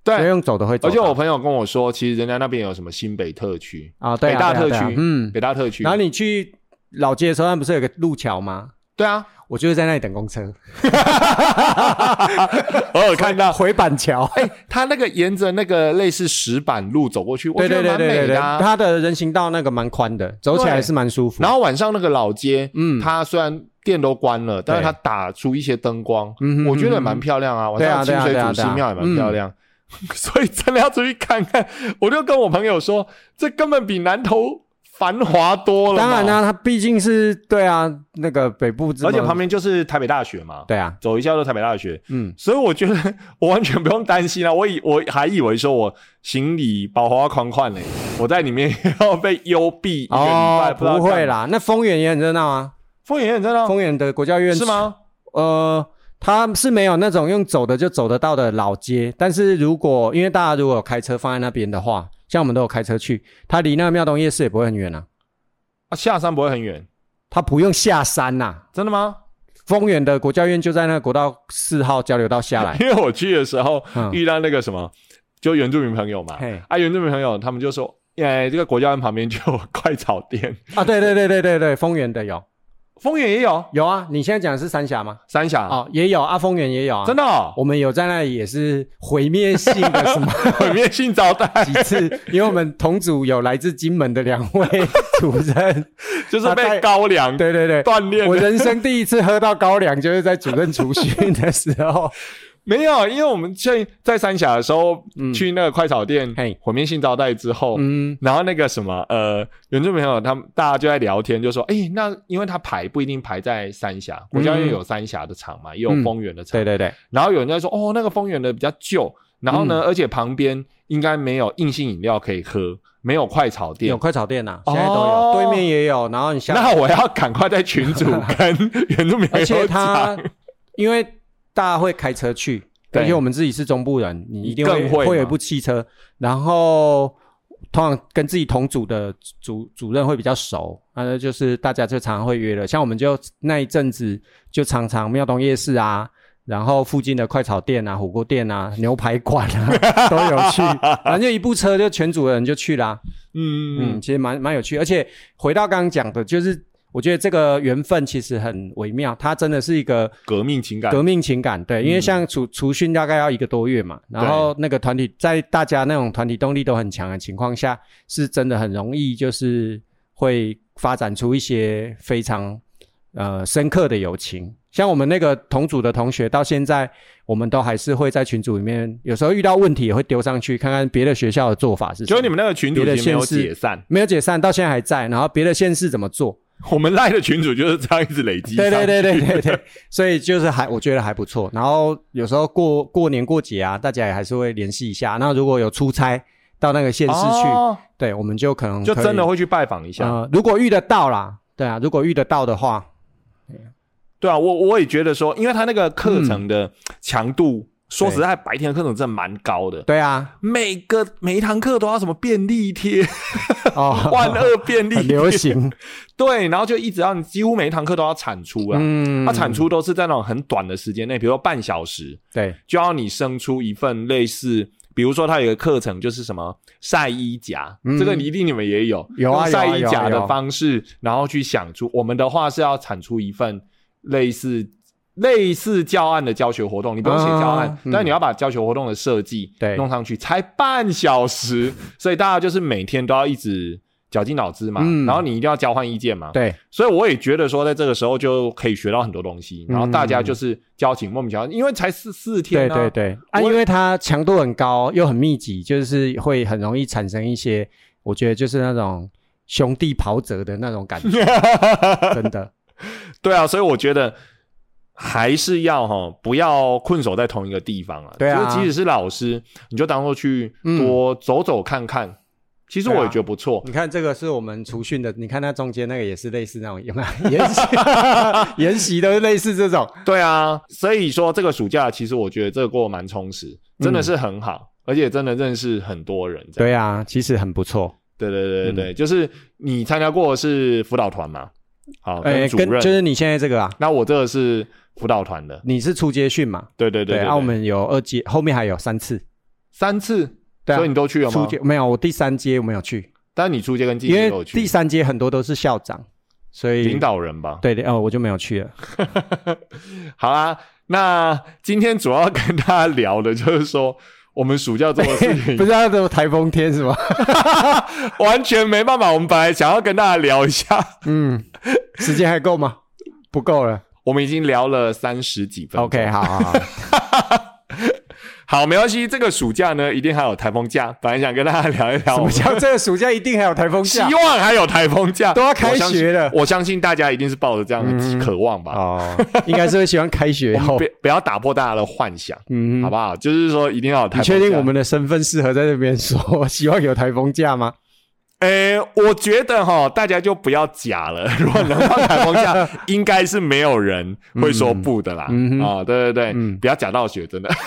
Speaker 2: 所以
Speaker 1: 对，
Speaker 2: 用走的会走
Speaker 1: 而
Speaker 2: 到。
Speaker 1: 且我朋友跟我说，其实人家那边有什么新北特区、
Speaker 2: 啊，对啊，
Speaker 1: 北大
Speaker 2: 对啊
Speaker 1: 特
Speaker 2: 对啊
Speaker 1: 区
Speaker 2: 嗯。
Speaker 1: 北大特区。
Speaker 2: 然后你去老街的时候，那不是有个路桥吗？
Speaker 1: 对啊，
Speaker 2: 我就是在那里等公车， 啊
Speaker 1: 偶尔啊看到
Speaker 2: 回板桥。
Speaker 1: 哎、他那个沿着那个类似石板路走过去，我
Speaker 2: 对
Speaker 1: 觉得
Speaker 2: 对对
Speaker 1: 蛮
Speaker 2: 对对
Speaker 1: 美
Speaker 2: 对，
Speaker 1: 的、啊。
Speaker 2: 它的人行道那个蛮宽的，走起来
Speaker 1: 对
Speaker 2: 是蛮舒服。
Speaker 1: 然后晚上那个老街，
Speaker 2: 嗯
Speaker 1: 嗯，它虽然店都关了，但是它打出一些灯光，
Speaker 2: 嗯哼
Speaker 1: 我觉得
Speaker 2: 嗯哼
Speaker 1: 也蛮漂亮啊。晚
Speaker 2: 对啊
Speaker 1: 上
Speaker 2: 对
Speaker 1: 清
Speaker 2: 啊
Speaker 1: 水
Speaker 2: 对啊
Speaker 1: 祖
Speaker 2: 对
Speaker 1: 师
Speaker 2: 啊
Speaker 1: 庙也蛮漂亮。 所以真的要出去看看，我就跟我朋友说，这根本比南投繁华多了。
Speaker 2: 当然啊啦、，它毕竟是对啊，那个北部之，
Speaker 1: 而且旁边就是台北大学嘛，
Speaker 2: 对啊，
Speaker 1: 走一下就台北大学。
Speaker 2: 嗯，
Speaker 1: 所以我觉得 我完全不用担心啊！我以我还以为说我行李包花款款呢，我在里面 要被幽闭一个礼拜，
Speaker 2: 哦，
Speaker 1: 知道
Speaker 2: 不会
Speaker 1: 干嘛。
Speaker 2: 啦，那丰原也很热闹啊，
Speaker 1: 风眼很热闹
Speaker 2: 丰原的国教院
Speaker 1: 是？吗？
Speaker 2: 呃，它是没有那种用走的就走得到的老街，但是如果因为大家如果有开车放在那边的话，像我们都有开车去，它离那个庙东夜市也不会很远啊，
Speaker 1: 啊，下山不会很远，
Speaker 2: 它不用下山呐、
Speaker 1: 真的吗？，
Speaker 2: 丰原的国教院就在那个国道四号交流道下来
Speaker 1: 因为我去的时候
Speaker 2: 嗯
Speaker 1: 遇到那个什么，就原住民朋友嘛
Speaker 2: 嘿，
Speaker 1: 啊，原住民朋友他们就说，哎，这个国家院旁边就有快炒店，
Speaker 2: 啊，对对对对对对，丰原的有
Speaker 1: 风眼也有，
Speaker 2: 有啊，你现在讲的是三峡吗？
Speaker 1: 三峡、
Speaker 2: 哦，也有啊，丰原也有啊，
Speaker 1: 真的哦，
Speaker 2: 我们有在那里也是毁灭性的什么
Speaker 1: 毁灭性招待，
Speaker 2: 几 次，因为我们同组有来自金门的两位主 任，
Speaker 1: 就是
Speaker 2: 他带
Speaker 1: 被高粱
Speaker 2: 对对对。
Speaker 1: 锻炼
Speaker 2: 我
Speaker 1: 的。
Speaker 2: 人生第一次喝到高粱，就是在主任除训的时候。
Speaker 1: 没有，因为我们去在三峡的时候，
Speaker 2: 嗯
Speaker 1: 去那个快炒店
Speaker 2: 嘿，
Speaker 1: 火面性招待之后，
Speaker 2: 嗯，
Speaker 1: 然后那个什么，呃，原住民朋友他们大家就在聊天，就说，哎、那因为他排不一定排在三峡，国家也有三峡的厂嘛，也有丰原的厂，
Speaker 2: 嗯对对对，
Speaker 1: 然后有人在说，哦，那个丰原的比较旧，然后
Speaker 2: 嗯
Speaker 1: 呢，而且旁边应该没有硬性饮料可以喝，没有快炒店
Speaker 2: 有。快炒店呐、
Speaker 1: 哦
Speaker 2: 现在都有，对面也有，然后你 像，
Speaker 1: 那我要赶快在群 组跟原住民朋
Speaker 2: 而且
Speaker 1: 友
Speaker 2: 他
Speaker 1: 讲，
Speaker 2: 因为大家会开车去，
Speaker 1: 对
Speaker 2: 而且我们自己是中部人，你一定
Speaker 1: 更
Speaker 2: 会
Speaker 1: 会嘛
Speaker 2: 有一部汽车，然后通常跟自己同组的主主任会比较熟，那就是大家就常常会约了，像我们就那一阵子就常常庙东夜市啊。然后附近的快炒店啊、火锅店啊、牛排馆 啊都有去，反正就一部车就全组的人就去啦、
Speaker 1: 嗯
Speaker 2: 嗯，，其实蛮蛮有趣，而且回到刚刚讲的，就是我觉得这个缘分其实很微妙，它真的是一个
Speaker 1: 革命情感，嗯
Speaker 2: 革命情感，对，因为像除除训大概要一个多月嘛，然后那个团体在大家那种团体动力都很强的情况下，是真的很容易就是会发展出一些非常呃深刻的友情。像我们那个同组的同学，到现在我们都还是会在群组里面，有时候遇到问题也会丢上去，看看别的学校的做法是什
Speaker 1: 就
Speaker 2: 么。
Speaker 1: 你们那个群组
Speaker 2: 别的
Speaker 1: 其实没有
Speaker 2: 县市
Speaker 1: 解散，
Speaker 2: 没有解散，到现在还在。然后别的县市怎么做？
Speaker 1: 我们赖的群主就是这样一直累积上
Speaker 2: 对
Speaker 1: 去。
Speaker 2: 对对对对对， 所以就是还我觉得还不错。然后有时候过过年过节啊，大家也还是会联系一下。那如果有出差到那个县市去，
Speaker 1: 哦
Speaker 2: 对我们就可能
Speaker 1: 就
Speaker 2: 可以
Speaker 1: 真的会去拜访一下。
Speaker 2: 呃，如果遇得到啦，对啊，如果遇得到的话，
Speaker 1: 对啊，我我也觉得说，因为他那个课
Speaker 2: 嗯
Speaker 1: 程的强度，说实在，白天的课程真的蛮高的。
Speaker 2: 对啊，
Speaker 1: 每个每一堂课都要什么便利 贴、
Speaker 2: 哦，
Speaker 1: 万恶便利
Speaker 2: 很
Speaker 1: 贴，
Speaker 2: 流 行，
Speaker 1: 对，然后就一直要你几乎每一堂课都要产出啦。
Speaker 2: 嗯，
Speaker 1: 它产出都是在那种很短的时间内，比如说半小时，
Speaker 2: 对，
Speaker 1: 就要你生出一份类似，比如说它有一个课程就是什么晒衣夹，
Speaker 2: 嗯
Speaker 1: 这个你一定你们也有，
Speaker 2: 有啊
Speaker 1: 用晒衣
Speaker 2: 有啊有
Speaker 1: 夹
Speaker 2: 啊有
Speaker 1: 的
Speaker 2: 啊
Speaker 1: 方式，然后去想出我们的话是要产出一份类似类似教案的教学活动，你不用写教案，
Speaker 2: 啊嗯
Speaker 1: 但你要把教学活动的设计
Speaker 2: 对
Speaker 1: 弄上去，才半小时，所以大家就是每天都要一直。绞尽脑汁嘛，
Speaker 2: 嗯
Speaker 1: 然后你一定要交换意见嘛，
Speaker 2: 对，
Speaker 1: 所以我也觉得说，在这个时候就可以学到很多东西，然后大家
Speaker 2: 嗯
Speaker 1: 就是交情莫名其妙，因为才四四天、
Speaker 2: 对
Speaker 1: 啊，
Speaker 2: 对对，啊，
Speaker 1: 我
Speaker 2: 因为它强度很高，又很密集，就是会很容易产生一些，我觉得就是那种兄弟袍泽的那种感觉， 真的。
Speaker 1: 对啊，所以我觉得还是要哈，不要困守在同一个地方啊。
Speaker 2: 对啊嗯
Speaker 1: 就是即使是老师，你就当做去多走走看看。其实我也觉得不错，
Speaker 2: 你看这个是我们除训的，你看它中间那个也是类似那种有没 有研习，研习都是类似这种。
Speaker 1: 对啊。所以说这个暑假，其实我觉得这个过得蛮充实，真的是很好，而且真的认识很多人。这样
Speaker 2: 对嗯啊，其实很不错。
Speaker 1: 对对对对对，就是你参加过的是辅导团嘛？好，跟主任。
Speaker 2: 呃哎跟就是你现在这个啊，
Speaker 1: 那我这个是辅导团的，
Speaker 2: 你是初阶训嘛？
Speaker 1: 对对对
Speaker 2: 对，啊，我们有二阶，后面还有三次。
Speaker 1: 三次，
Speaker 2: 对啊
Speaker 1: 所以你都去了
Speaker 2: 初
Speaker 1: 吗？
Speaker 2: 阶没有，我第三阶我没有去，
Speaker 1: 但你出街跟进
Speaker 2: 因
Speaker 1: 阶都
Speaker 2: 为
Speaker 1: 有
Speaker 2: 第
Speaker 1: 去，
Speaker 2: 三阶很多都是校长，所以
Speaker 1: 领导人吧？
Speaker 2: 对的哦，我就没有去了。
Speaker 1: 好啊，那今天主要跟大家聊的就是说，我们暑假做的事情
Speaker 2: 不知道怎么台风天是 吗？
Speaker 1: 完全没办法。我们本来想要跟大家聊一下，
Speaker 2: 嗯，时间还够吗？不够了。
Speaker 1: 我们已经聊了三十几分钟
Speaker 2: OK，好好好，
Speaker 1: 好，没关系。这个暑假呢，一定还有台风假，本来想跟大家聊一聊
Speaker 2: 我
Speaker 1: 我们。
Speaker 2: 们讲这个暑假一定还有台风
Speaker 1: 希
Speaker 2: 假
Speaker 1: 望还有台风假，
Speaker 2: 都要开
Speaker 1: 我相信
Speaker 2: 学嗯了
Speaker 1: 我相信大家一定是抱着这样的渴望吧。
Speaker 2: 哦，应该是会喜欢开学以
Speaker 1: 我们
Speaker 2: 后
Speaker 1: 不。不要打破大家的幻想，
Speaker 2: 嗯
Speaker 1: 好，不好？就是说一定要有台
Speaker 2: 你
Speaker 1: 风假。
Speaker 2: 确定我们的身份适合在这边说 希望有台风假吗？
Speaker 1: 诶，我觉得哈，大家就不要假了。 如果能放台风 假，应该是没有人会说不的啦。啊、
Speaker 2: 嗯嗯哼
Speaker 1: 对对对，
Speaker 2: 嗯
Speaker 1: 不要假到学，真的。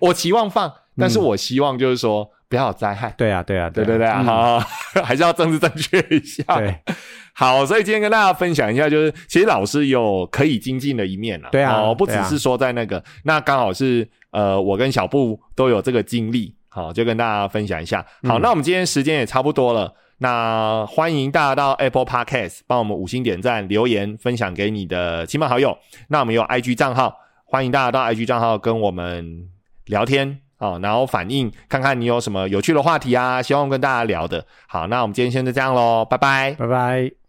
Speaker 1: 我期望放，但
Speaker 2: 嗯
Speaker 1: 是我希望就是说不要有灾害。
Speaker 2: 对啊，对啊，
Speaker 1: 对对嗯对，
Speaker 2: 啊，
Speaker 1: 好， 还是要政治正确一下。
Speaker 2: 嗯对，
Speaker 1: 好，所以今天跟大家分享一下，就是其实老师有可以精进的一面啊。
Speaker 2: 对啊
Speaker 1: 哦，不只
Speaker 2: 对啊
Speaker 1: 是说在那个，那刚好是呃，我跟小布都有这个经历，好，就跟大家分享一下。好，
Speaker 2: 嗯
Speaker 1: 那我们今天时间也差不多了。那欢迎大家到 Apple Podcast 帮我们五星点赞、留言、分享给你的亲朋好友。那我们有 IG 账号，欢迎大家到 IG 账号跟我们聊天哦，然后反映看看你有什么有趣的话题啊，希望跟大家聊的。好，那我们今天先就这样喽，拜拜。
Speaker 2: 拜拜。